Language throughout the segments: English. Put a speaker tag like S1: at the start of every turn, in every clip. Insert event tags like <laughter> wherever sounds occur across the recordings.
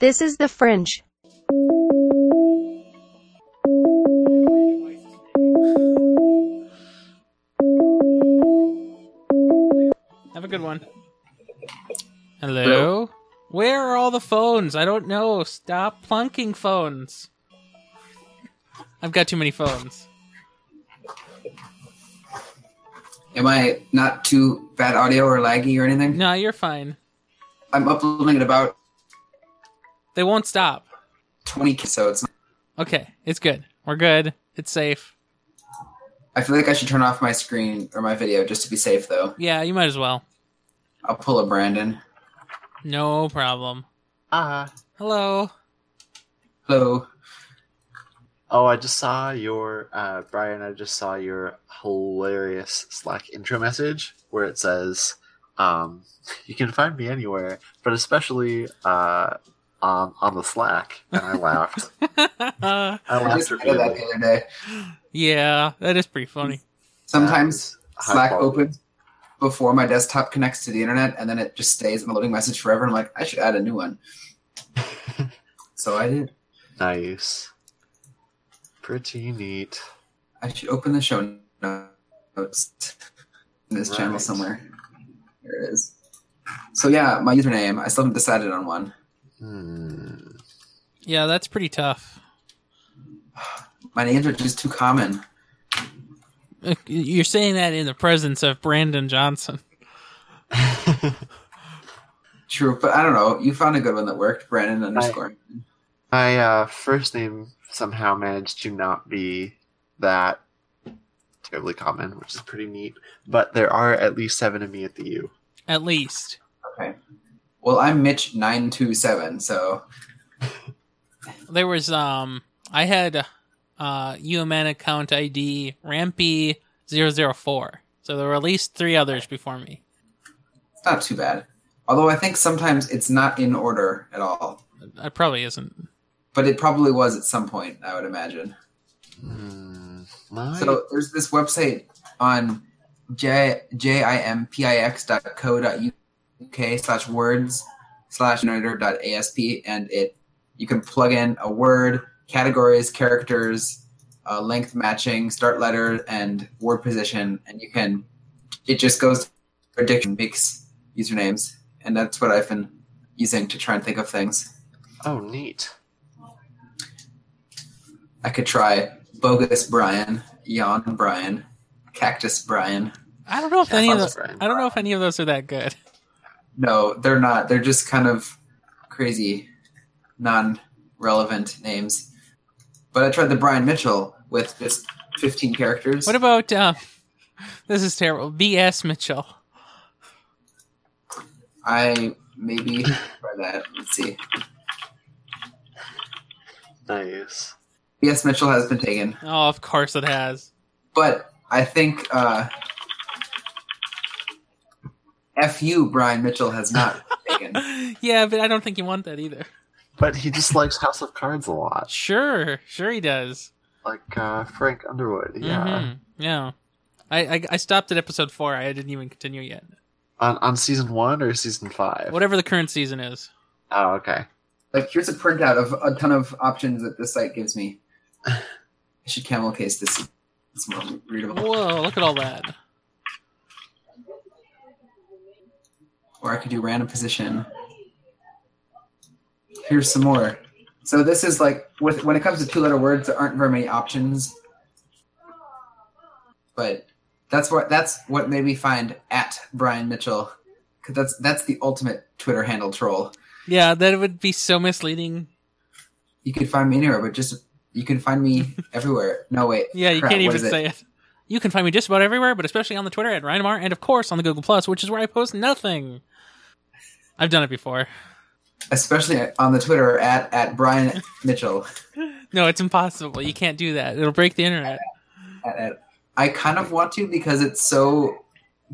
S1: This is the fringe.
S2: Have a good one. Hello? Where are all the phones? I don't know. Stop plunking phones. I've got too many phones.
S3: Am I not too bad audio or laggy or anything?
S2: No, you're fine.
S3: I'm uploading at about
S2: They won't stop.
S3: 20 k- so it's.
S2: Okay, it's good. We're good. It's safe.
S3: I feel like I should turn off my screen or my video just to be safe, though.
S2: Yeah, you might as well.
S3: I'll pull a Brandon.
S2: No problem.
S3: Uh-huh.
S4: Ah.
S2: Hello. <laughs>
S3: Hello.
S4: Oh, I just saw your uh, Brian. I just saw your hilarious Slack intro message where it says, um, <laughs> "You can find me anywhere, but especially uh, on on the Slack." And I laughed.
S3: <laughs>
S4: I
S3: I
S4: laughed
S3: just read that
S4: repeatedly.
S3: the other day.
S2: yeah, that is pretty funny.
S3: Sometimes
S4: That was high
S3: Slack
S4: quality.
S3: opens before my desktop connects to the internet, and then it just stays in the loading message forever. I'm like, I should add a new
S4: <laughs>
S3: one. so I did.
S4: Nice. Pretty neat.
S3: I should open the show notes in this channel
S4: Right.
S3: somewhere. Here it is. So yeah, my username. I still haven't decided on one.
S4: Hmm. <laughs>
S2: Yeah, that's pretty tough.
S3: My names are just too common.
S2: Uh, You're saying that in the presence of Brandon Johnson.
S3: True, but I don't know. You found a good one that worked, Brandon underscore.
S4: My uh, first name somehow managed to not be that terribly common, which is pretty neat. But there are at least seven of me at the U.
S2: At least.
S3: Well, I'm Mitch nine two seven. So
S2: There was um I had uh UMN account ID Rampy 004. So there were at least three others before me.
S3: it's not too bad. Although I think sometimes it's not in order at all.
S2: That probably isn't.
S3: But it probably was at some point, I would imagine.
S4: Hmm. My
S3: So there's this website on j j i m p i x dot co dot uk slash words slash generator dot asp, and it you can plug in a word, categories, characters, uh, length matching, start letter, and word position, and you can it just goes to prediction makes usernames, and that's what I've been using to try and think of things.
S4: oh, neat.
S3: I could try bogus Brian, yawn Brian, cactus Brian.
S2: I don't know if any of
S4: That's
S2: those
S4: right.
S2: I don't know if any of those are that good.
S3: No, they're not. They're just kind of crazy, non relevant names. But I tried the Brian Mitchell with just 15 characters.
S2: What about um this is terrible. BS Mitchell.
S3: I maybe try that. Let's see.
S4: Nice.
S3: Yes, Mitchell has been taken.
S2: Oh, of course it has. <laughs>
S3: But I think uh, FU Brian Mitchell has not been taken. <laughs>
S2: yeah, but I don't think you want that either.
S4: But he just likes House of Cards a lot,
S2: Sure, sure he does.
S4: like uh, Frank Underwood. Yeah.
S2: Mhm, yeah. I, I I stopped at episode four. I didn't even continue yet.
S4: On on season one or season five?
S2: Whatever the current season is.
S4: Oh, okay.
S3: Like, here's a printout of a ton of options that this site gives me. I should camel case this. It's more readable.
S2: Whoa! Look at all that.
S3: or I could do random position. Here's some more. So this is like with when it comes to two-letter words, there aren't very many options. But that's what that's what made me find at Brian Mitchell, 'cause that's that's the ultimate Twitter handle troll.
S2: Yeah, that would be so misleading.
S3: You can find me anywhere, but just you can
S2: <laughs>
S3: find me everywhere. No wait,
S2: Yeah, you
S3: crap,
S2: can't
S3: what
S2: even
S3: is it?
S2: say it. You can find me just about everywhere, but especially on the Twitter at Rhinomar, and of course on the Google Plus, which is where I post nothing. I've done it before.
S3: especially on the Twitter at
S2: <laughs>
S3: at Brian Mitchell.
S2: No, it's impossible. You can't do that. It'll break the internet.
S3: At, at, I kind of want to because it's so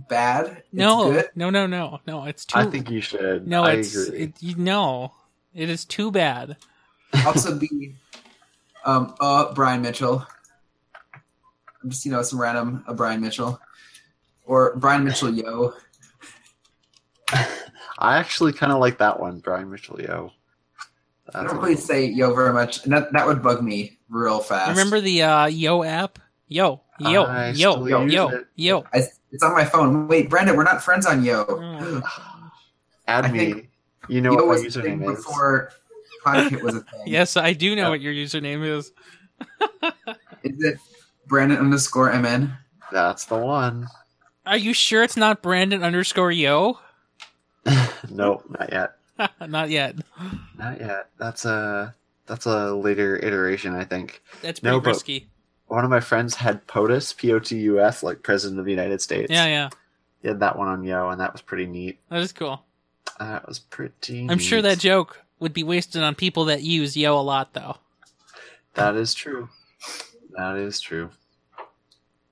S3: bad. It's
S2: No,
S3: good.
S2: no, no, no, no. It's too.
S4: I think you should.
S2: no,
S4: I
S2: it's
S4: agree.
S2: it. You, no, it is too bad.
S3: also be um uh Brian Mitchell. Just you know, some random uh, Brian Mitchell. Or Brian Mitchell yo.
S4: I actually kind of like that one, Brian Michelio.
S3: I
S4: That's
S3: don't
S4: a-
S3: really say yo very much. And that, that would bug me real fast.
S2: Remember the uh, Yo app? Yo, yo,
S4: I
S2: yo,
S4: still
S2: yo,
S4: use
S2: yo,
S4: it.
S2: yo.
S3: I, it's on my phone. Wait, Brandon, we're not friends on Yo.
S2: Mm.
S4: <sighs> Add
S3: I
S4: me.
S3: think
S4: you know
S3: Yo
S4: what my
S3: was a thing
S4: username is.
S3: before Podkit was a thing.
S2: <laughs> Yes, I do know
S4: Yeah.
S2: what your username is.
S3: Is it Brandon underscore MN?
S4: That's the one.
S2: Are you sure it's not Brandon underscore Yo? <laughs>
S4: nope, not yet.
S2: not yet.
S4: Not yet. That's a that's a later iteration, I think.
S2: That's pretty
S4: No, but-
S2: risky.
S4: One of my friends had POTUS, P O T U S, like President of the United States.
S2: Yeah, yeah,
S4: He had that one on Yo, and that was pretty neat.
S2: that is cool.
S4: That was pretty.
S2: I'm sure
S4: neat.
S2: that joke would be wasted on people that use Yo a lot, though.
S4: that is true. That is true.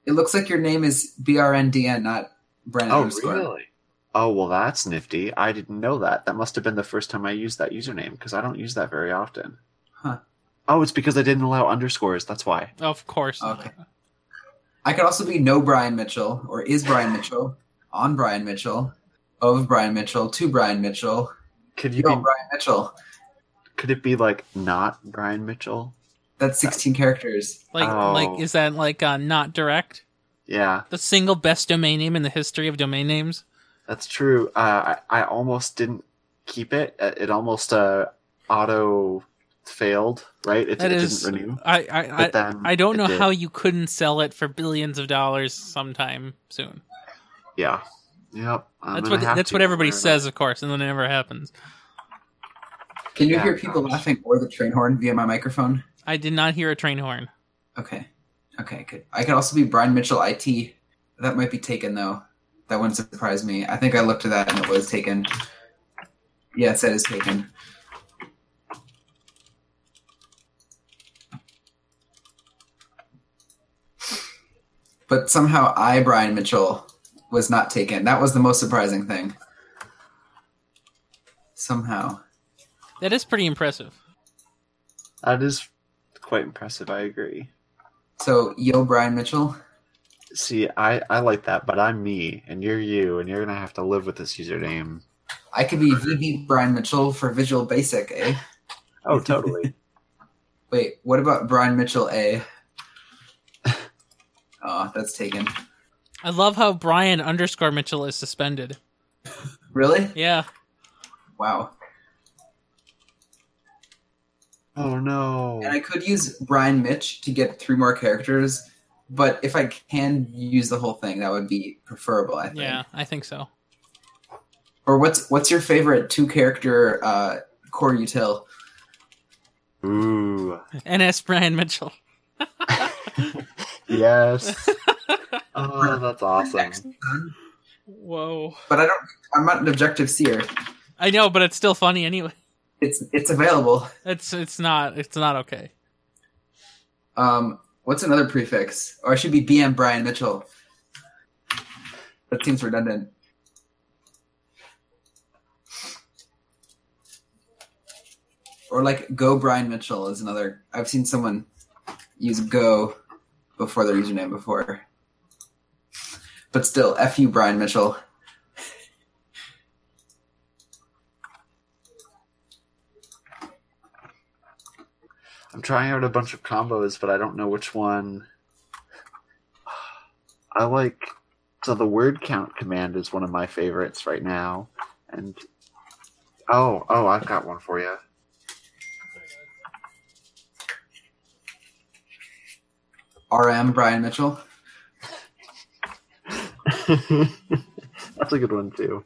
S3: It looks like your name is BRNDN, not Brandon
S4: Oh,
S3: underscore.
S4: really? Oh, well, that's nifty. I didn't know that. That must have been the first time I used that username because I don't use that very often.
S3: Huh.
S4: Oh, it's because I didn't allow underscores. That's why.
S2: Of course. not.
S3: Okay. I could also be no Brian Mitchell or is Brian Mitchell on Brian Mitchell of Brian Mitchell to Brian Mitchell.
S4: Could you
S3: Yo,
S2: Oh,
S4: be,
S3: Brian Mitchell.
S4: could it be like not Brian Mitchell?
S3: That's 16 characters.
S2: Like,
S4: Oh.
S2: like, is that like uh, not direct?
S4: Yeah,
S2: The single best domain name in the history of domain names.
S4: that's true. Uh, I, I almost didn't keep it. Uh, It almost uh, auto failed, right? It,
S2: That
S4: it
S2: is-
S4: didn't renew.
S2: I, I, I,
S4: But then
S2: I don't
S4: it
S2: know
S4: did.
S2: how you couldn't sell it for billions of dollars sometime soon.
S4: Yeah. Yep. I'm
S2: That's
S4: gonna
S2: what
S4: have
S2: that's
S4: to
S2: what everybody
S4: learn.
S2: says, of course, and then it never happens.
S3: Can you
S4: Yeah.
S3: hear people laughing or the train horn via my microphone?
S2: I did not hear a train horn.
S3: Okay. Okay, good. I could also be Brian Mitchell IT. That might be taken though. That wouldn't surprise me. I think I looked at that and it was taken. Yeah, it said it's taken. But somehow I, Brian Mitchell, was not taken. That was the most surprising thing. Somehow.
S2: That is pretty impressive.
S4: That is quite impressive. I agree.
S3: So, yo, Brian Mitchell.
S4: See, I, I like that, but I'm me, and you're you, and you're gonna have to live with this username.
S3: I could be VB Brian Mitchell for Visual Basic, eh?
S4: Oh, totally.
S3: Wait, what about Brian Mitchell A? Oh, that's taken.
S2: I love how Brian underscore Mitchell is suspended.
S3: Really?
S2: Yeah,
S3: Wow.
S4: <laughs> oh no.
S3: And I could use Brian Mitch to get three more characters, but if I can use the whole thing, that would be preferable, I think.
S2: yeah, I think so.
S3: Or what's what's your favorite two character uh, core util?
S4: Ooh.
S2: NS Brian Mitchell.
S3: <laughs>
S4: Yes. oh, that's awesome.
S2: Whoa.
S3: But I don't I'm not an objective seer.
S2: I know, but it's still funny anyway. <laughs>
S3: It's it's available.
S2: It's it's not it's not okay.
S3: Um what's another prefix? Or it should be BM Brian Mitchell. That seems redundant. Or like Go Brian Mitchell is another. I've seen someone use Go before their username before. But still, F you, Brian Mitchell.
S4: I'm trying out a bunch of combos, but I don't know which one. <sighs> I like. So the word count command is one of my favorites right now, and oh, oh, I've got one for you. <laughs>
S3: RM Brian Mitchell.
S4: that's a good one too.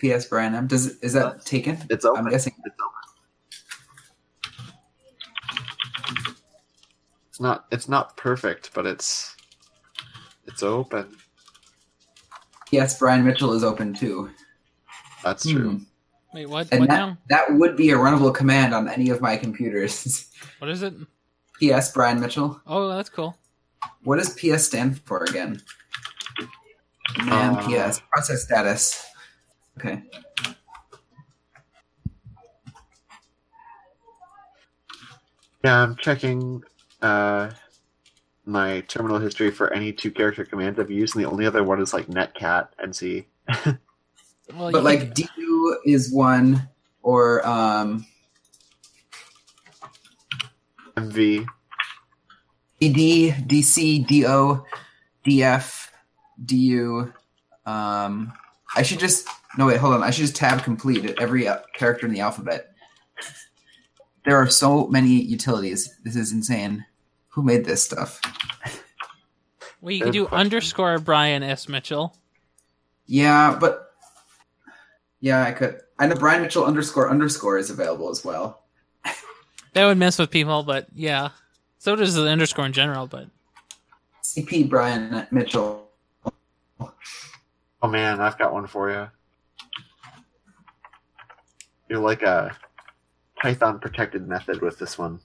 S3: PS Brian M. Does is that taken?
S4: It's
S3: I'm
S4: open.
S3: guessing.
S4: It's not. It's not perfect, but it's. It's open.
S3: Yes, Brian Mitchell is open too.
S4: That's true.
S3: Hmm.
S2: Wait, what?
S3: And
S2: What
S3: that,
S2: now?
S3: that would be a runnable command on any of my computers. <laughs>
S2: What is it?
S3: PS Brian Mitchell.
S2: Oh, that's cool.
S3: What does PS stand for again? Man,
S4: Uh,
S3: PS process status. Okay.
S4: Yeah, I'm checking uh, my terminal history for any two character command I've used, and the only other one is like netcat nc.
S2: Well, you
S3: But
S2: can-
S3: like du is one or um
S4: MV.
S3: D D C D O D F D U. Um, I should just no wait, hold on. I should just tab complete at every uh, character in the alphabet. There are so many utilities. This is insane. Who made this stuff?
S2: Well, you can
S4: Good
S2: do
S4: question.
S2: underscore Brian S. Mitchell.
S3: Yeah, but yeah, I could. I know Brian Mitchell underscore underscore is available as well.
S2: That would mess with people, but yeah. So does the underscore in general, but
S3: CP Brian Mitchell.
S4: Oh man, I've got one for you. You're like a Python protected method with this one.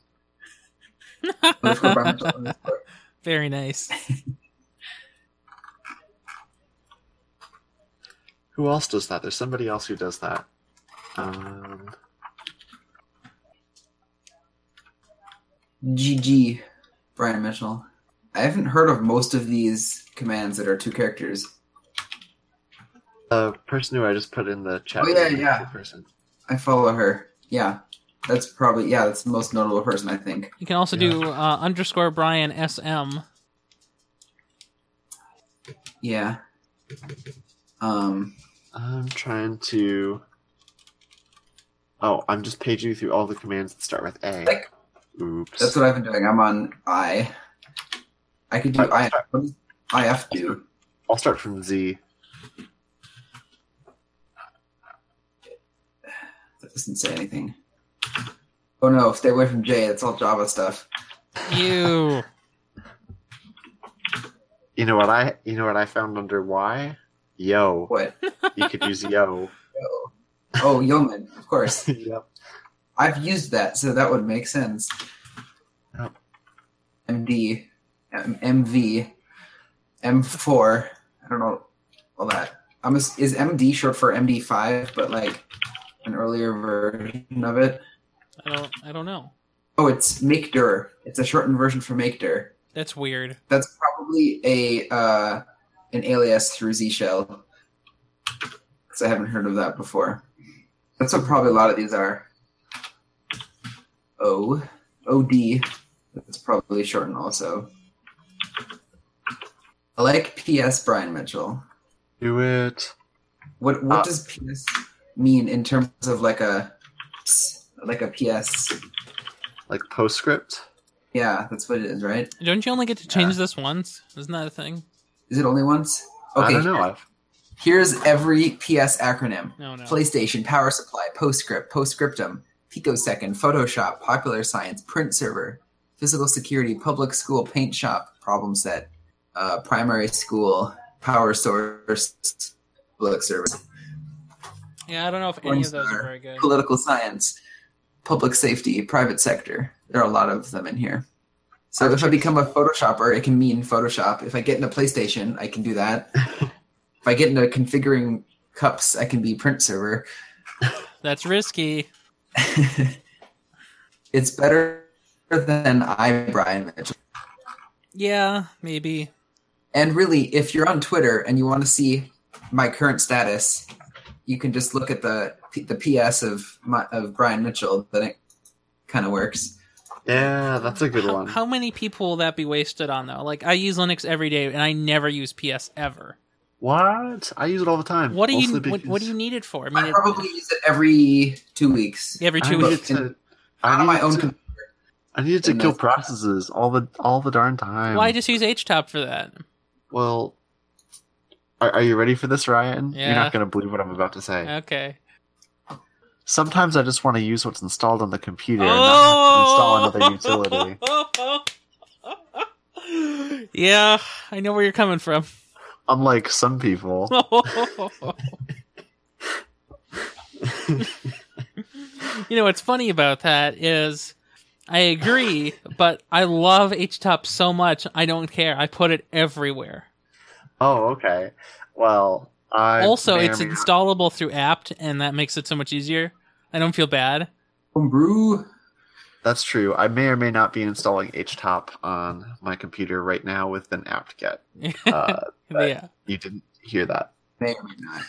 S3: Underscore Brian Mitchell underscore.
S2: very nice.
S4: Who else does that? There's somebody else who does that. Um,
S3: GG Brian Mitchell. I haven't heard of most of these commands that are two characters.
S4: the person who I just put in the chat.
S3: Oh, yeah,
S4: was a
S3: yeah.
S4: Person.
S3: I follow her. Yeah, that's probably yeah. That's the most notable person I think.
S2: You can also do uh, underscore Brian S. M.
S3: Yeah. Um.
S4: I'm trying to. Oh, I'm just paging through all the commands that start with A.
S3: Like-
S4: Oops.
S3: That's what I've been doing. I'm on I. I could do I. What does IF do?
S4: I'll start from Z.
S3: That doesn't say anything. Oh no! Stay away from J. That's all Java stuff.
S2: You.
S4: You know what I? You know what I found under Y? Yo.
S3: What?
S4: You could use
S3: <laughs>
S4: yo.
S3: Oh, oh Yeoman, of course.
S4: yep.
S3: I've used that, so that would make sense.
S4: Yep.
S3: MD, M- MV, M4. I don't know all that. I'm ass- is MD short for MD5, but like an earlier version of it?
S2: I don't. I don't know.
S3: Oh, it's MakeDir. It's a shortened version for MakeDir.
S2: That's weird.
S3: That's probably a uh, an alias through Z shell because I haven't heard of that before. That's what probably a lot of these are. O, OD. That's probably shortened also. I like PS Brian Mitchell.
S4: Do it.
S3: What what
S4: Uh,
S3: does PS mean in terms of like a s- like a PS?
S4: Like postscript.
S3: Yeah, that's what it is, right?
S2: Don't you only get to change this once? Isn't that a thing?
S3: Is it only once? Okay,
S4: I don't know. I've,
S3: here's every PS acronym.
S2: No, no.
S3: PlayStation, Power Supply, PostScript, PostScriptum, picosecond, Photoshop, Popular Science, Print Server, Physical Security, Public School, Paint Shop, Problem Set, uh, Primary School, Power Source, Public Service,
S2: Yeah, I don't know if any of those are very good.
S3: Political Science, Public Safety, Private Sector. There are a lot of them in here. So if I become a Photoshopper, it can mean Photoshop. If I get into PlayStation, I can do that. if I get into configuring cups, I can be Print Server.
S2: That's risky.
S3: <laughs> it's better than I, Brian Mitchell.
S2: Yeah, maybe.
S3: And really, if you're on Twitter and you want to see my current status, you can just look at the the PS of my, of Brian Mitchell. Then it kind of works.
S4: yeah, that's a good
S2: How,
S4: one.
S2: how many people will that be wasted on though? Like I use Linux every day, and I never use PS ever.
S4: what? I use it all the time.
S2: What do you
S4: mostly
S2: what, what do
S4: because
S2: you need it for? I
S3: I,
S2: mean, it,
S3: probably use it every two weeks.
S2: every
S4: I
S2: two
S4: need
S2: weeks.
S4: it to-
S3: Out
S4: I
S3: of
S4: need
S3: my
S4: it
S3: own.
S4: to-
S3: com-
S4: I needed to
S3: And
S4: kill
S3: that's-
S4: processes all the all the darn time.
S2: Why just use HTOP for that?
S4: Well, are, are you ready for this, Ryan? You're
S2: Yeah.
S4: not going to believe what I'm about to say.
S2: Okay.
S4: Sometimes I just want to use what's installed on the computer and
S2: Oh!
S4: not have to install
S2: <laughs>
S4: another utility.
S2: utility. yeah, I know where you're coming from.
S4: Unlike some people.
S2: <laughs> you know what's funny about that is I agree, but I love HTOP so much I don't care. I put it everywhere.
S4: Oh, okay. Well, I
S2: also,
S4: may or
S2: it's
S4: may not-
S2: installable through apt, and that makes it so much easier. I don't feel bad. <laughs>
S3: Homebrew.
S4: That's true. I may or may not be installing HTOP on my computer right now with an apt-get.
S2: <laughs>
S4: Uh, Right.
S2: yeah.
S4: you didn't hear that.
S3: May or may not.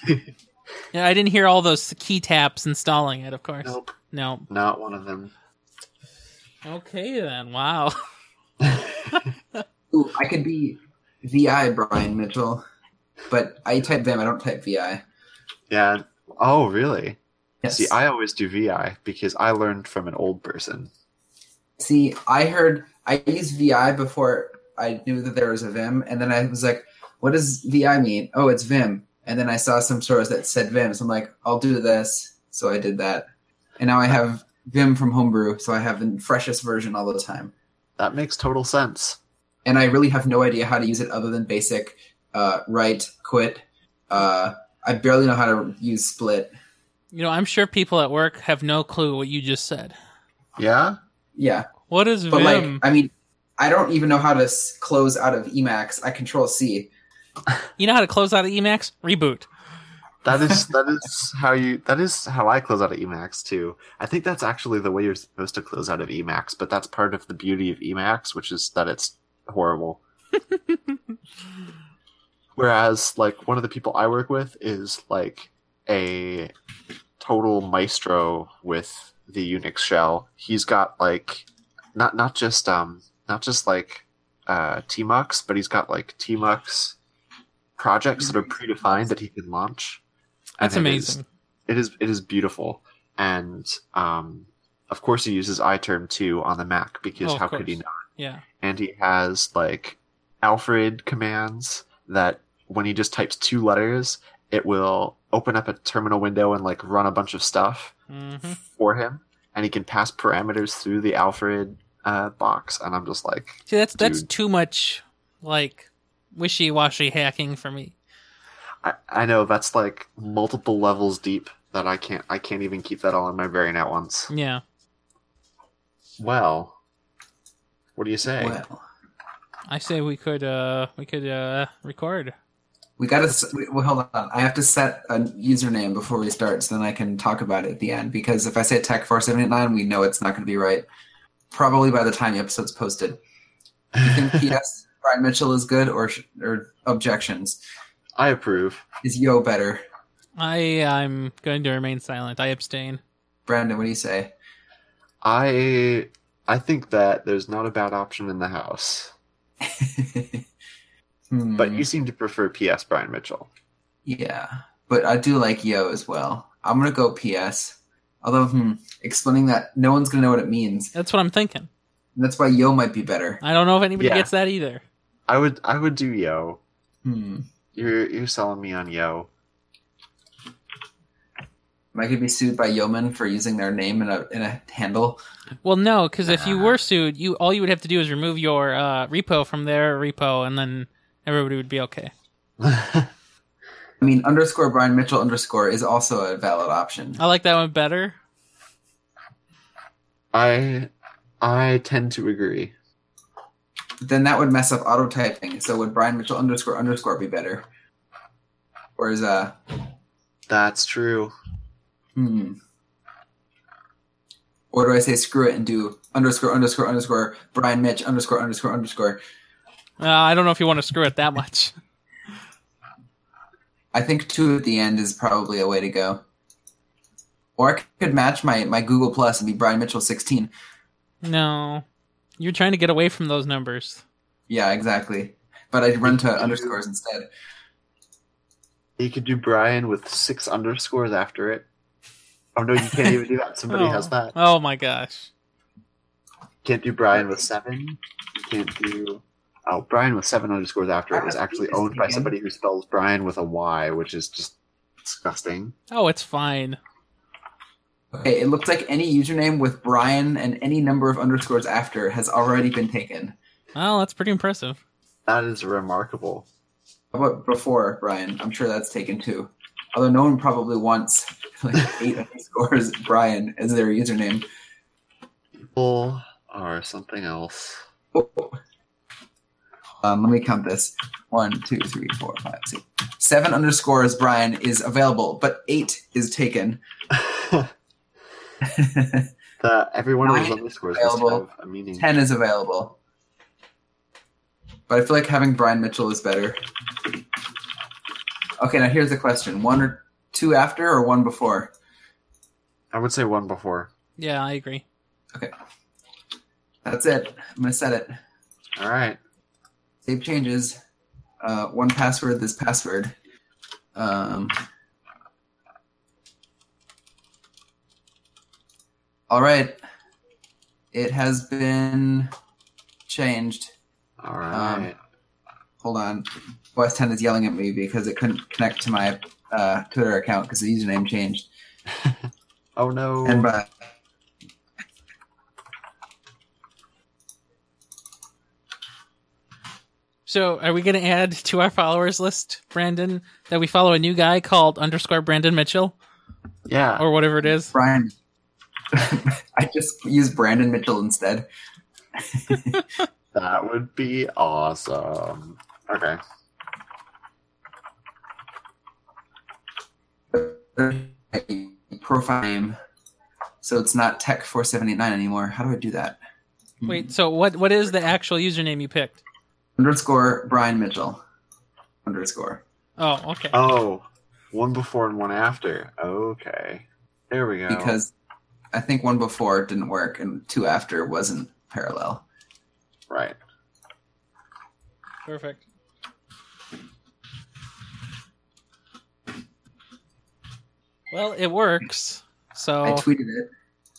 S2: yeah, I didn't hear all those key taps installing it. Of course,
S4: Nope,
S2: no.
S4: not one of them.
S2: Okay then. Wow. <laughs>
S3: Ooh, I could be VI Brian Mitchell, but I type them. I don't type VI.
S4: yeah. Oh, really?
S3: Yes.
S4: See, I always do VI because I learned from an old person.
S3: See, I heard I used VI before I knew that there was a Vim, and then I was like, "What does VI mean?" Oh, it's Vim. And then I saw some stores that said Vim, so I'm like, "I'll do this." So I did that, and now I have Vim from Homebrew, so I have the freshest version all the time.
S4: That makes total sense.
S3: And I really have no idea how to use it other than basic uh, write, quit. Uh, I barely know how to use split.
S2: You know, I'm sure people at work have no clue what you just said.
S4: Yeah.
S3: Yeah,
S2: What is
S3: but like,
S2: Vim?
S3: I mean, I don't even know how to s- close out of Emacs. I Control C.
S2: you know how to close out of Emacs? Reboot.
S4: That is that is <laughs> how you that is how I close out of Emacs too. I think that's actually the way you're supposed to close out of Emacs, but that's part of the beauty of Emacs, which is that it's
S2: <laughs>
S4: horrible. Whereas like one of the people I work with is like a total maestro with the Unix shell. He's got like not not just um not just like uh tmux, but he's got like tmux projects that are predefined that he can launch. And
S2: That's
S4: it is-
S2: amazing.
S4: it is it is beautiful and um of course he uses iterm 2 on the mac because
S2: Oh, of
S4: how could he
S2: course.
S4: not
S2: Yeah.
S4: and he has like alfred commands that when he just types two letters it will open up a terminal window and like run a bunch of stuff
S2: hmm
S4: for him and he can pass parameters through the alfred uh, box and i'm just like
S2: See, that's that's
S4: Dude.
S2: too much like wishy-washy hacking for me.
S4: I, I know that's like multiple levels deep that i can't i can't even keep that all in my brain at once
S2: Yeah.
S4: well what do you say
S3: Well,
S2: I say we could uh we could uh record.
S3: we gotta. s- we- Well, hold on. I have to set a username before we start, so then I can talk about it at the end. Because if I say Tech Four Seven Eight Nine, we know it's not going to be right. Probably by the time the episode's posted. You
S4: <laughs>
S3: think PS Brian Mitchell is good or sh- or objections?
S4: I approve.
S3: Is Yo better?
S2: I I'm going to remain silent. I abstain.
S3: Brandon, what do you say? <laughs>
S4: I I think that there's not a bad option in the house,
S3: Hmm,
S4: but you seem to prefer PS Brian Mitchell.
S3: yeah, but I do like Yo as well. I'm gonna go PS. Although, hmm, explaining that no one's gonna know what it means.
S2: That's what I'm thinking.
S3: And that's why Yo might be better.
S2: I don't know if anybody
S4: Yeah.
S2: gets that either.
S4: I would I would do Yo.
S3: Hmm.
S4: You're you're selling me on Yo. <laughs>
S3: Am I could be sued by Yeoman for using their name in a in a handle.
S2: Well, no, because if you
S4: Nah.
S2: were sued, you all you would have to do is remove your uh, repo from their repo, and then everybody would be okay.
S3: I mean, underscore Brian Mitchell underscore is also a valid option.
S2: I like that one better.
S4: I I tend to agree.
S3: Then that would mess up auto typing. So would Brian Mitchell underscore underscore be better? Or is uh
S4: That's true.
S3: hmm. Or do I say screw it and do underscore underscore underscore Brian Mitch underscore underscore underscore?
S2: Uh, I don't know if you want to screw it that much.
S3: I think two at the end is probably a way to go. Or I could match my, my Google Plus and be Brian Mitchell sixteen.
S2: No, you're trying to get away from those numbers.
S3: Yeah, exactly. But I'd run to underscores instead.
S4: You could do Brian with six underscores after it. Oh no, you can't even do that.
S2: <laughs>
S4: Somebody
S2: oh.
S4: has that.
S2: Oh my gosh.
S4: Can't do Brian with seven. You can't do. Oh, Brian with seven underscores after it was actually owned by somebody who spells Brian with a Y, which is just disgusting.
S2: Oh, it's fine.
S3: Okay, it looks like any username with Brian and any number of underscores after has already been taken.
S2: Well, that's pretty impressive.
S4: That is remarkable.
S3: How about before Brian? I'm sure that's taken too. Although no one probably wants <laughs> like eight underscores <laughs> Brian as their username.
S4: People are something else. <laughs>
S3: Oh. Um, let me count this. One, two, three, four, five, six. Seven underscores Brian is available, but eight is taken. <laughs>
S4: the everyone of those
S3: Brian
S4: underscores
S3: available.
S4: must have a meaning.
S3: Ten is available. But I feel like having Brian Mitchell is better. Okay, now here's the question: one or two after, or one before?
S4: I would say one before.
S2: Yeah, I agree.
S3: That's it. I'm gonna set it.
S4: All right.
S3: Save changes. Uh, one password. This password. Um. All right. It has been changed.
S4: All
S3: Um,
S4: right.
S3: Hold on. West Ten is yelling at me because it couldn't connect to my uh, Twitter account because the username changed.
S4: oh no.
S3: And uh, by
S2: So, are we going to add to our followers list, Brandon, that we follow a new guy called underscore Brandon Mitchell
S4: yeah.
S2: or whatever it is?
S3: Brian, <laughs> I just used Brandon Mitchell instead.
S4: That would be awesome. Okay.
S3: Profile name. So it's not Tech four seven eight nine anymore. How do I do that?
S2: Wait, so what? What is the actual username you picked?
S3: Underscore Brian Mitchell. Underscore.
S2: Oh, okay.
S4: Oh, one before and one after. Okay. There we go.
S3: Because I think one before didn't work and two after wasn't parallel.
S4: right.
S2: Perfect. Well, it works.
S3: I
S4: Oh.
S2: So,
S3: tweeted it.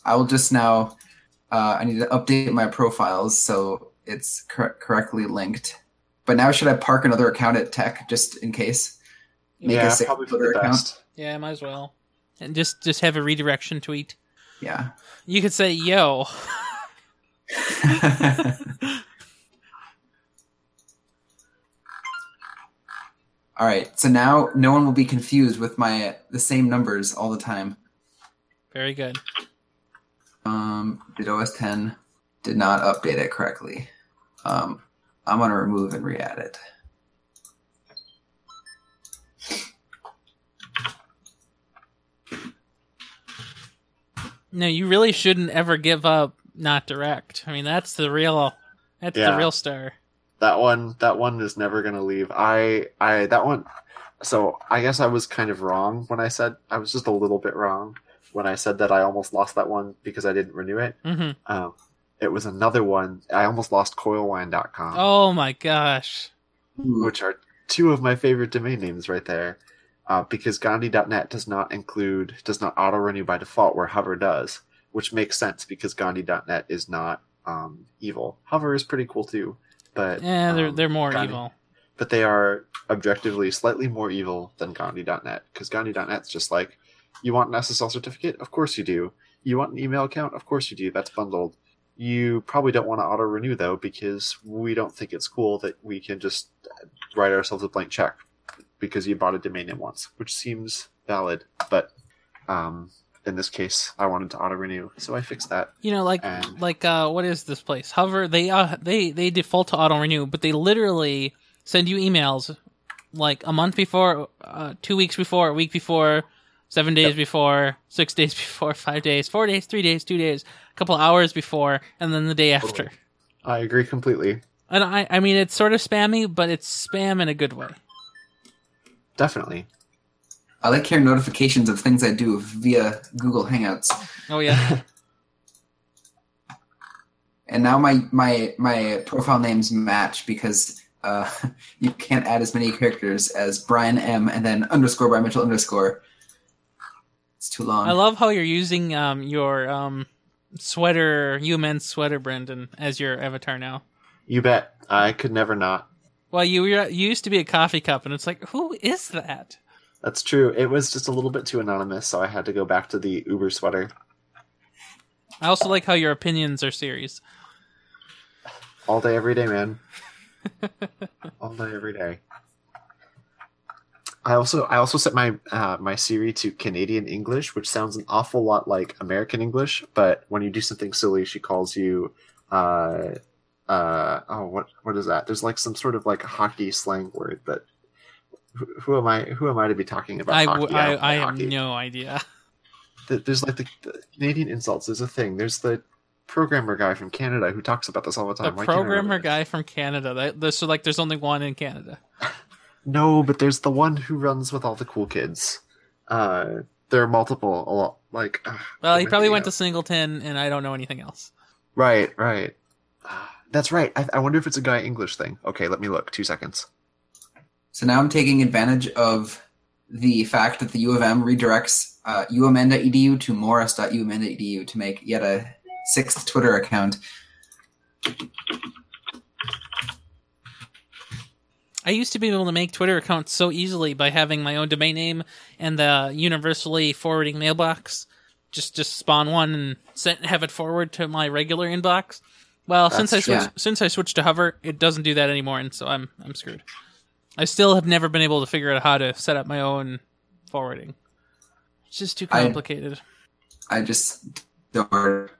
S3: I will just now. Uh, I need to update my profiles so it's cor- correctly linked. But now should I park another account at Tech just in case? Make
S4: yeah,
S3: a sick
S4: probably for
S3: Twitter
S4: the
S3: account.
S4: best.
S2: yeah, might as well. And just just have a redirection tweet.
S4: <laughs>
S3: Yeah.
S2: You could say, "Yo, <laughs>
S3: all right. So now no one will be confused with my the same numbers all the time.
S2: very good."
S3: Um, did OS 10 did not update it correctly. Um, I'm gonna remove and re-add it.
S2: No, you really shouldn't ever give up. Not direct. I mean, that's the real. That's the
S4: Yeah.
S2: real star.
S4: That one that one is never gonna leave. I I that one so I guess I was kind of wrong when I said I was just a little bit wrong when I said that I almost lost that one because I didn't renew it.
S2: hmm
S4: Um it was another one. I almost lost coilwine.com.
S2: Oh my gosh. Hmm.
S4: which are two of my favorite domain names right there, uh, because Gandhi.net does not include, does not auto renew by default where Hover does, which makes sense because Gandhi.net is not um, evil. Hover is pretty cool too, but
S2: Yeah, they're
S4: um,
S2: they're more
S4: Gandhi-
S2: evil.
S4: But they are objectively slightly more evil than Gandhi.net because Gandhi.net's just like, you want an SSL certificate? Of course you do. You want an email account? Of course you do. That's bundled. You probably don't want to auto renew though because we don't think it's cool that we can just write ourselves a blank check because you bought a domain name once, which seems valid. But um, in this case, I wanted to auto renew, so I fixed that.
S2: You know, like
S4: And-
S2: like uh, what is this place? Hover. They uh they they default to auto renew, but they literally send you emails like a month before, uh, two weeks before, a week before, seven days before, six <laughs> days before, five days, four days, three days, two days, a couple hours before, and then the day after.
S4: I agree completely.
S2: And I I mean, it's sort of spammy, but it's spam in a good way.
S4: Definitely.
S3: I like hearing notifications of things I do via Google Hangouts.
S2: Oh yeah.
S3: And now my my my profile names match because uh, <laughs> you can't add as many characters as Brian M and then underscore Brian Mitchell underscore. It's too
S2: <laughs>
S3: long.
S2: I love how you're using um your um sweater, human sweater, Brendan, as your avatar now.
S4: You bet. I could never not.
S2: Well, you were, you used to be a coffee cup, and it's like, who is that?
S4: That's true. It was just a little bit too anonymous, so I had to go back to the Uber sweater.
S2: I also like how your opinions are serious.
S4: All day, every
S2: <laughs>
S4: day, man. All day, every day. I also I also set my uh, my Siri to Canadian English, which sounds an awful lot like American English. But when you do something silly, she calls you, uh, uh, oh, what what is that? There's like some sort of like hockey slang word, but who, who am I? Who am I to be talking about
S2: I
S4: hockey?
S2: w-
S4: I
S2: I,
S4: don't
S2: I
S4: play
S2: have
S4: hockey.
S2: no idea.
S4: th- there's like the, the Canadian insults is a thing. There's the programmer guy from Canada who talks about this all the
S2: The
S4: time. Why can't I remember
S2: programmer
S4: this?
S2: guy from Canada. That, this, so like, there's only one in Canada.
S4: No, but there's the one who runs with all the cool kids. Uh, there are multiple. A lot like. Uh,
S2: Well, he probably went to Singleton, and I don't know anything else.
S4: Right, <sighs> right. Ah, That's right. I, I wonder if it's a guy English thing. Okay, let me look. Two seconds.
S3: So now I'm taking advantage of the fact that the U of M redirects uh, umn.edu to morris.umn.edu E to make yet a sixth Twitter account.
S2: I used to be able to make Twitter accounts so easily by having my own domain name and the universally forwarding mailbox. Just just spawn one and send, have it forward to my regular inbox. Well, since I
S4: That's
S2: switched,
S3: true.
S2: since I switched to Hover, it doesn't do that anymore, and so I'm I'm screwed. I still have never been able to figure out how to set up my own forwarding. It's just too
S3: I-
S2: complicated.
S3: I just don't.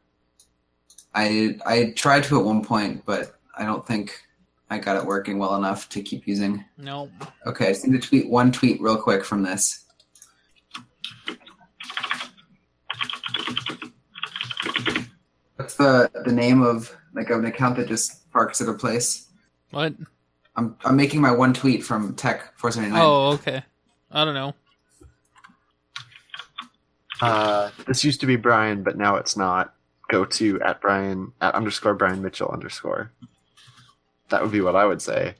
S3: I I tried to at one point, but I don't think I got it working well enough to keep using.
S2: no,
S3: Okay, I just need to tweet one tweet real quick from this. What's the the name of like of an account that just parks at a place?
S2: what?
S3: I'm I'm making my one tweet from Tech 479.
S2: Oh, okay. I don't know.
S4: Uh, this used to be Brian, but now it's not. Go to at Brian at underscore Brian Mitchell underscore. That would be what I would say.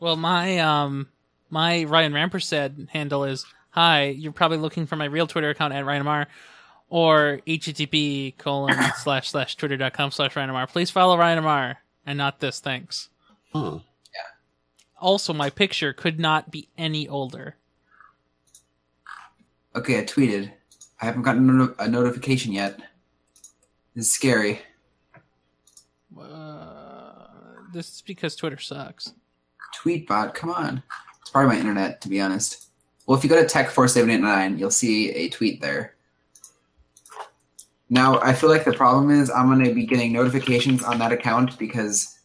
S2: Well, my um my Ryan Rampersad handle is hi. You're probably looking for my real Twitter account at RyanMR or http <coughs> colon slash slash twitter dot com slash RyanMR. Please follow RyanMR and not this. Thanks.
S4: Hmm.
S2: Also, my picture could not be any older.
S3: Okay, I tweeted. I haven't gotten a no- a notification yet. This is scary.
S2: Uh, this is because Twitter sucks.
S3: Tweetbot, come on. It's part of my internet, to be honest. Well, if you go to Tech 4789, you'll see a tweet there. Now, I feel like the problem is I'm going to be getting notifications on that account because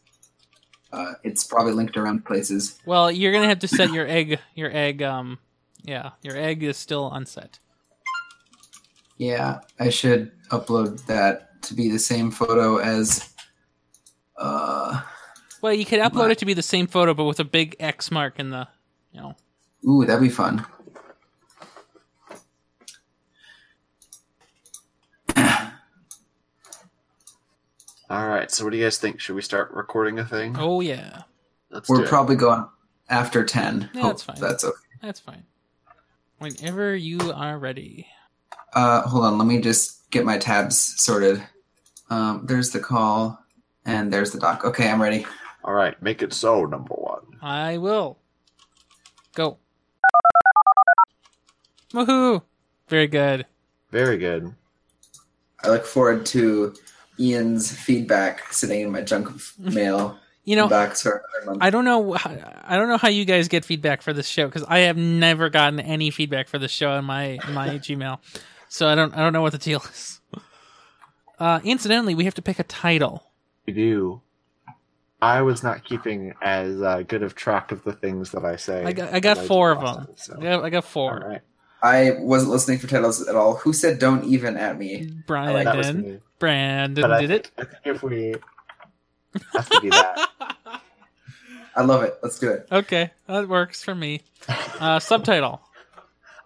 S3: uh, it's probably linked around places.
S2: Well, you're gonna have to set your egg. Your egg. Um, yeah, your egg is still unset.
S3: Yeah, I should upload that to be the same photo as. Uh,
S2: Well, you could upload
S3: Right.
S2: it to be the same photo, but with a big X mark in the, you know.
S3: ooh, that'd be fun.
S4: All right. So, what do you guys think? Should we start recording a thing?
S2: Oh yeah,
S4: Let's do
S3: We're
S4: it.
S3: probably going after 10.
S2: Yeah, that's
S3: Hope
S2: fine.
S3: That's okay.
S2: that's fine. Whenever you are ready.
S3: Uh, hold on, let me just get my tabs sorted. Um, there's the call, and there's the doc. Okay, I'm ready.
S4: All right. Make it so. Number one.
S2: I will. Go. Woohoo! Very good.
S4: Very good.
S3: I look forward to Ian's feedback sitting in my junk mail
S2: <laughs> You know,
S3: box for another month.
S2: I don't know. wh- I don't know how you guys get feedback for this show because I have never gotten any feedback for this show in my in
S4: <laughs>
S2: my Gmail, so I don't. I don't know what the deal is. Uh, incidentally, we have to pick a title.
S4: We do. I was not keeping as uh, good of track of the things that I say.
S2: I got, I got
S4: as did
S2: four of
S4: last
S2: them.
S4: time, so-
S2: I got, I got
S4: All
S2: four.
S4: right.
S3: I wasn't listening for titles at all. Who said don't even at me?
S2: Brian
S4: that was
S2: did.
S4: me. But
S2: Brandon
S4: I
S2: did
S4: think,
S2: it.
S4: I think if we <laughs> have to do that. <laughs>
S2: <laughs>
S3: I love it. Let's do it.
S2: Okay, that works for me. Uh, subtitle.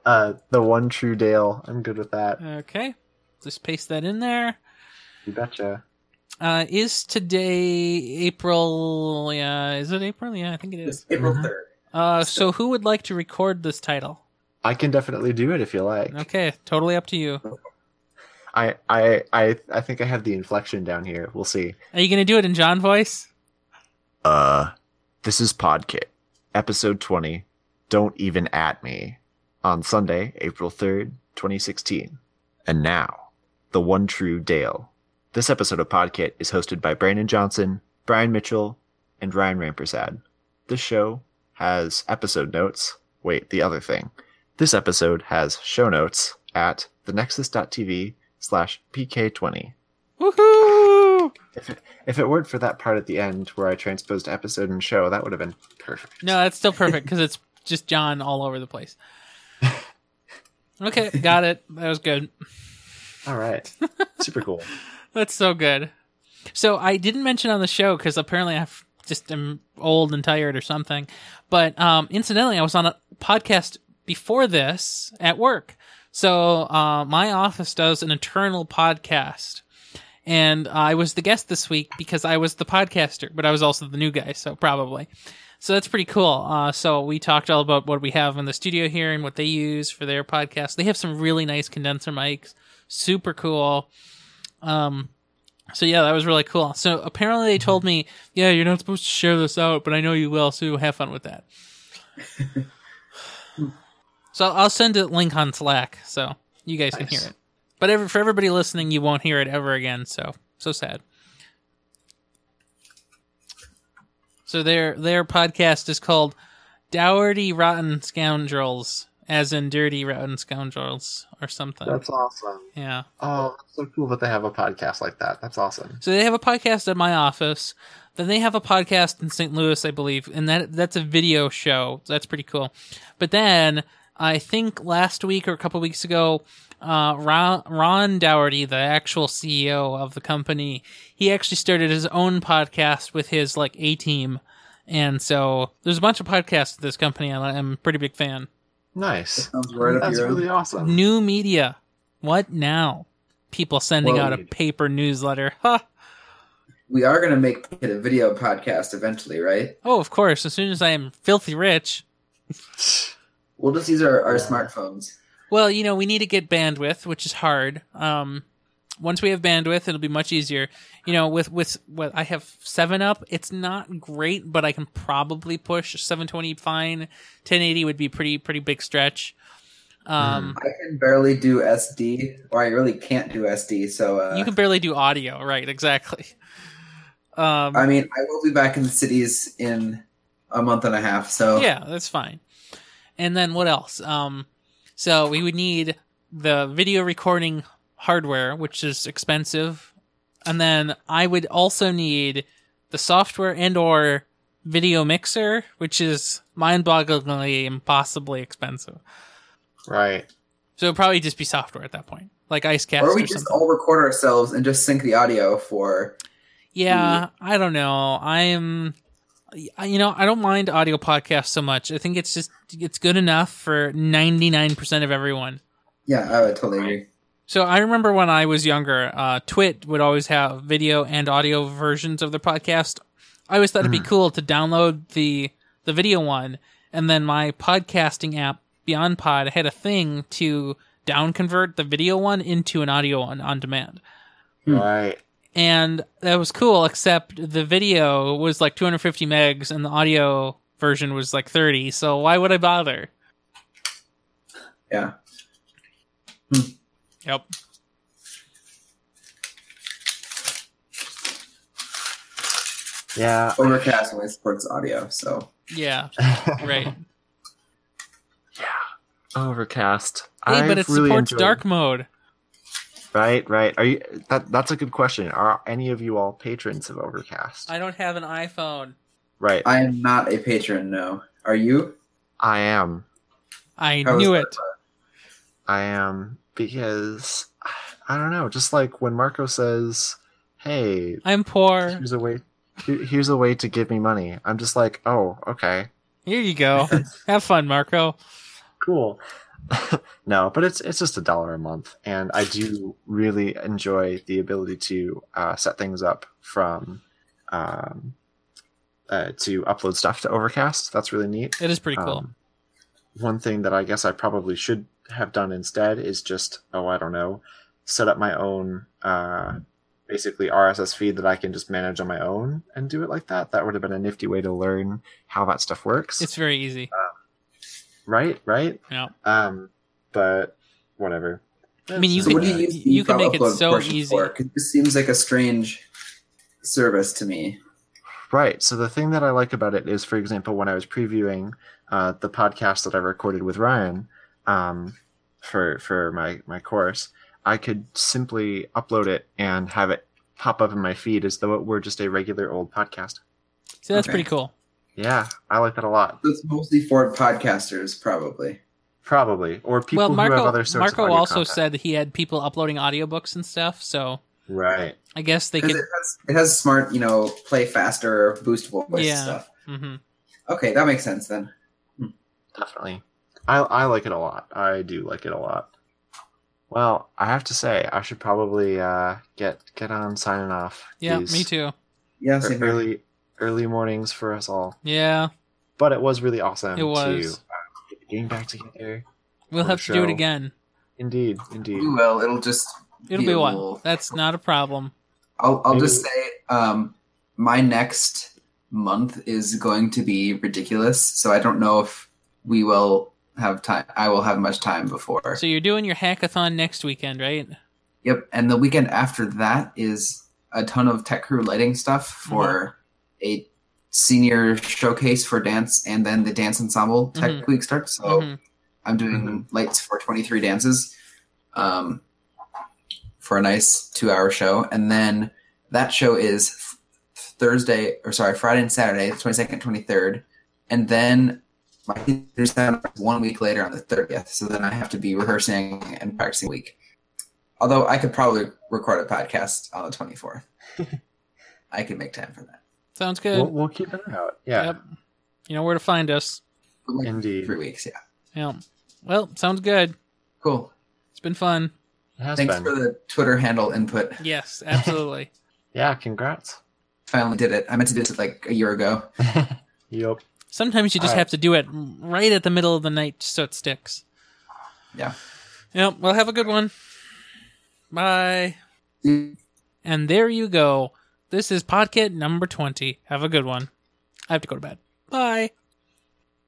S4: Uh, the one true Dale. I'm good with that.
S2: Okay, just paste that in there.
S4: You betcha.
S2: Uh, is today April? Yeah, is it April? Yeah, I think it
S3: It's
S2: is.
S3: April
S4: Mhm.
S3: 3rd.
S2: Uh, so who would like to record this title?
S4: I can definitely do it if you like.
S2: Okay, totally up to you.
S4: I, I, I, I think I have the inflection down here. We'll see.
S2: Are you gonna do it in John voice?
S4: Uh, this is Podkit, episode 20. Don't even at me. On Sunday, April 3rd, 2016. And now, The One True Dale. This episode of Podkit is hosted by Brandon Johnson, Brian Mitchell, and Ryan Rampersad. This show has episode notes. Wait, the other thing. This episode has show notes at thenexus.tv slash pk20.
S2: Woohoo!
S4: If it, if it weren't for that part at the end where I transposed episode and show, that would have been perfect.
S2: No, that's still perfect because it's just John all over the place. Okay, got it. That was good. <laughs>
S4: All right. Super cool.
S2: That's so good. So I didn't mention on the show because apparently I just am old and tired or something. But um, incidentally, I was on a podcast before this at work. So uh, my office does an internal podcast, and I was the guest this week because I was the podcaster, but I was also the new guy, so probably. So that's pretty cool. Uh, so we talked all about what we have in the studio here and what they use for their podcast. They have some really nice condenser mics, super cool. Um, so yeah, that was really cool. So apparently they told me, yeah, you're not supposed to share this out, but I know you will, so have fun with
S4: <laughs>
S2: that. so I'll send a link on Slack so you guys can
S4: Nice.
S2: hear it. But every, for everybody listening, you won't hear it ever again. So so sad. So their their podcast is called Dougherty Rotten Scoundrels, as in dirty rotten scoundrels or something.
S4: That's awesome.
S2: yeah.
S4: Oh, that's so cool that they have a podcast like that. That's awesome.
S2: So they have a podcast at my office. Then they have a podcast in St. Louis, I believe, and that that's a video show. That's pretty cool. But then I think last week or a couple weeks ago, uh, Ron, Ron Dougherty, the actual CEO of the company, he actually started his own podcast with his like A team, and so there's a bunch of podcasts at this company. and I'm a pretty big fan.
S4: Nice.
S3: Sounds right up
S4: That's
S3: your
S4: really awesome.
S2: New media, what now? People sending
S4: Well,
S2: out a
S4: we-
S2: paper newsletter. <laughs> Huh.
S3: We are gonna make it a video podcast eventually, right?
S2: Oh, of course. As soon as I am filthy rich.
S3: We'll just use our, our
S4: Yeah.
S3: smartphones.
S2: Well, you know, we need to get bandwidth, which is hard. Um, once we have bandwidth, it'll be much easier. You know, with with what I have seven up, it's not great, but I can probably push seven twenty fine. Ten eighty would be pretty pretty big stretch. Um,
S3: I can barely do SD, or I really can't do SD. So uh,
S2: you can barely do audio, right? Exactly. Um,
S3: I mean, I will be back in the cities in a month and a half. So
S2: Yeah, that's fine. And then what else? Um, so we would need the video recording hardware, which is expensive, and then I would also need the software and or video mixer, which is mind-bogglingly impossibly expensive.
S4: Right.
S2: So it'd probably just be software at that point, like IceCast
S3: or
S2: or,
S3: we just
S2: something.
S3: all record ourselves and just sync the audio for.
S2: Yeah, I don't know. I'm, I- you know, I don't mind audio podcasts so much. I think it's just it's good enough for ninety nine percent of everyone.
S3: Yeah, I would totally agree.
S2: So I remember when I was younger, uh, Twit would always have video and audio versions of their podcast. I always thought it'd be
S4: Mhm.
S2: cool to download the the video one, and then my podcasting app Beyond Pod had a thing to downconvert the video one into an audio one on demand
S3: Hmm.
S4: Right.
S2: and that was cool except the video was like 250 megs and the audio version was like 30 so why would i bother
S3: Yeah.
S2: yep
S4: <laughs> Yeah.
S3: Overcast only supports audio, so
S2: yeah
S4: <laughs>
S2: right
S4: Overcast.
S2: hey, but
S4: I've
S2: it
S4: really
S2: supports
S4: enjoyed-
S2: dark mode
S4: Right, right. Are you? That, that's a good question. Are any of you all patrons of Overcast?
S2: i don't have an iphone
S4: right. I,
S3: I am not a patron. No, are you?
S4: am.
S2: i
S3: How is
S2: knew
S3: that?
S2: it
S4: I am because I don't know. Just like when Marco says, "Hey,
S2: i'm poor
S4: here's a way. here- Here's a way to give me money." I'm just like, "Oh, okay,
S2: here you go <laughs> have fun marco
S4: cool." <laughs> no, but it's it's just a dollar a month, and I do really enjoy the ability to uh, set things up from um, uh, to upload stuff to Overcast. That's really neat.
S2: it is pretty cool
S4: Um, one thing that I guess I probably should have done instead is just, oh, I don't know, set up my own uh, basically RSS feed that I can just manage on my own and do it like that. That would have been a nifty way to learn how that stuff works.
S2: it's very easy
S4: right, right?
S2: Yeah.
S4: Um, but whatever.
S2: I mean, you
S3: So
S2: could-
S3: what do
S4: That's-
S3: you use? the
S2: you can make it
S3: upload
S2: so
S3: portion
S2: easy.
S3: for? 'Cause This seems like a strange service to me.
S4: Right. So the thing that I like about it is, for example, when I was previewing uh, the podcast that I recorded with Ryan um, for for my my course, I could simply upload it and have it pop up in my feed as though it were just a regular old podcast.
S2: so that's
S3: okay.
S2: pretty cool
S4: Yeah, I like that a lot.
S3: It's mostly for podcasters, probably.
S4: Probably, or people
S2: well
S4: who have
S2: marco
S4: other sorts
S2: marco
S4: of audio
S2: also
S4: content.
S2: said he had people uploading audiobooks and stuff so
S4: right.
S2: i guess they
S3: 'Cause
S2: could
S3: it has it has smart, you know, play faster, boost voice
S2: Yeah.
S3: stuff.
S2: hmm
S3: Okay, that makes sense then.
S4: Definitely. I I like it a lot. I do like it a lot. Well, I have to say, I should probably uh, get get on signing off.
S2: Yeah,
S4: These
S2: me too.
S3: Yeah,
S4: ear-
S3: same here.
S4: Early early mornings for us all,
S2: Yeah,
S4: but it was really awesome.
S2: It was.
S4: To, uh, getting back together.
S2: we'll
S4: For
S2: have to do
S4: sure.
S2: it again.
S4: Indeed, indeed.
S3: We will. It'll just.
S2: It'll be a
S3: little-
S2: while. That's not a problem.
S3: I'll, I'll
S4: Maybe-
S3: just say um, my next month is going to be ridiculous, so I don't know if we will have time. I will have much time before.
S2: So you're doing your hackathon next weekend, right?
S3: Yep, and the weekend after that is a ton of tech crew lighting stuff for a senior showcase for dance, and then the dance ensemble tech
S2: Mhm.
S3: week starts.
S4: Oh.
S3: So
S2: Mhm.
S3: I'm doing lights for 23 dances um, for a nice two hour show. And then that show is f- Thursday, or sorry, Friday and Saturday, the 22nd, 23rd. And then my theater's down one week later on the 30th. So then I have to be rehearsing and practicing a week. Although I could probably record a podcast on the 24th. I could make time for that.
S2: Sounds good.
S4: We'll, we'll keep it out. Yeah,
S2: Yep. You know where to find us.
S3: But like
S4: indeed.
S3: three weeks, yeah.
S2: Yeah. Well, sounds good.
S3: Cool.
S2: It's been fun.
S4: It has
S3: Thanks
S4: been.
S3: for the Twitter handle input.
S2: Yes, absolutely.
S4: yeah, congrats.
S3: Finally did it. I meant to do this like a year ago.
S4: yep.
S2: Sometimes you just
S4: All right.
S2: have to do it right at the middle of the night so it sticks.
S3: Yeah.
S2: Yeah. Well, have a good one. Bye.
S3: See
S2: And there you go. This is Podkit number 20. Have a good one. I have to go to bed. Bye.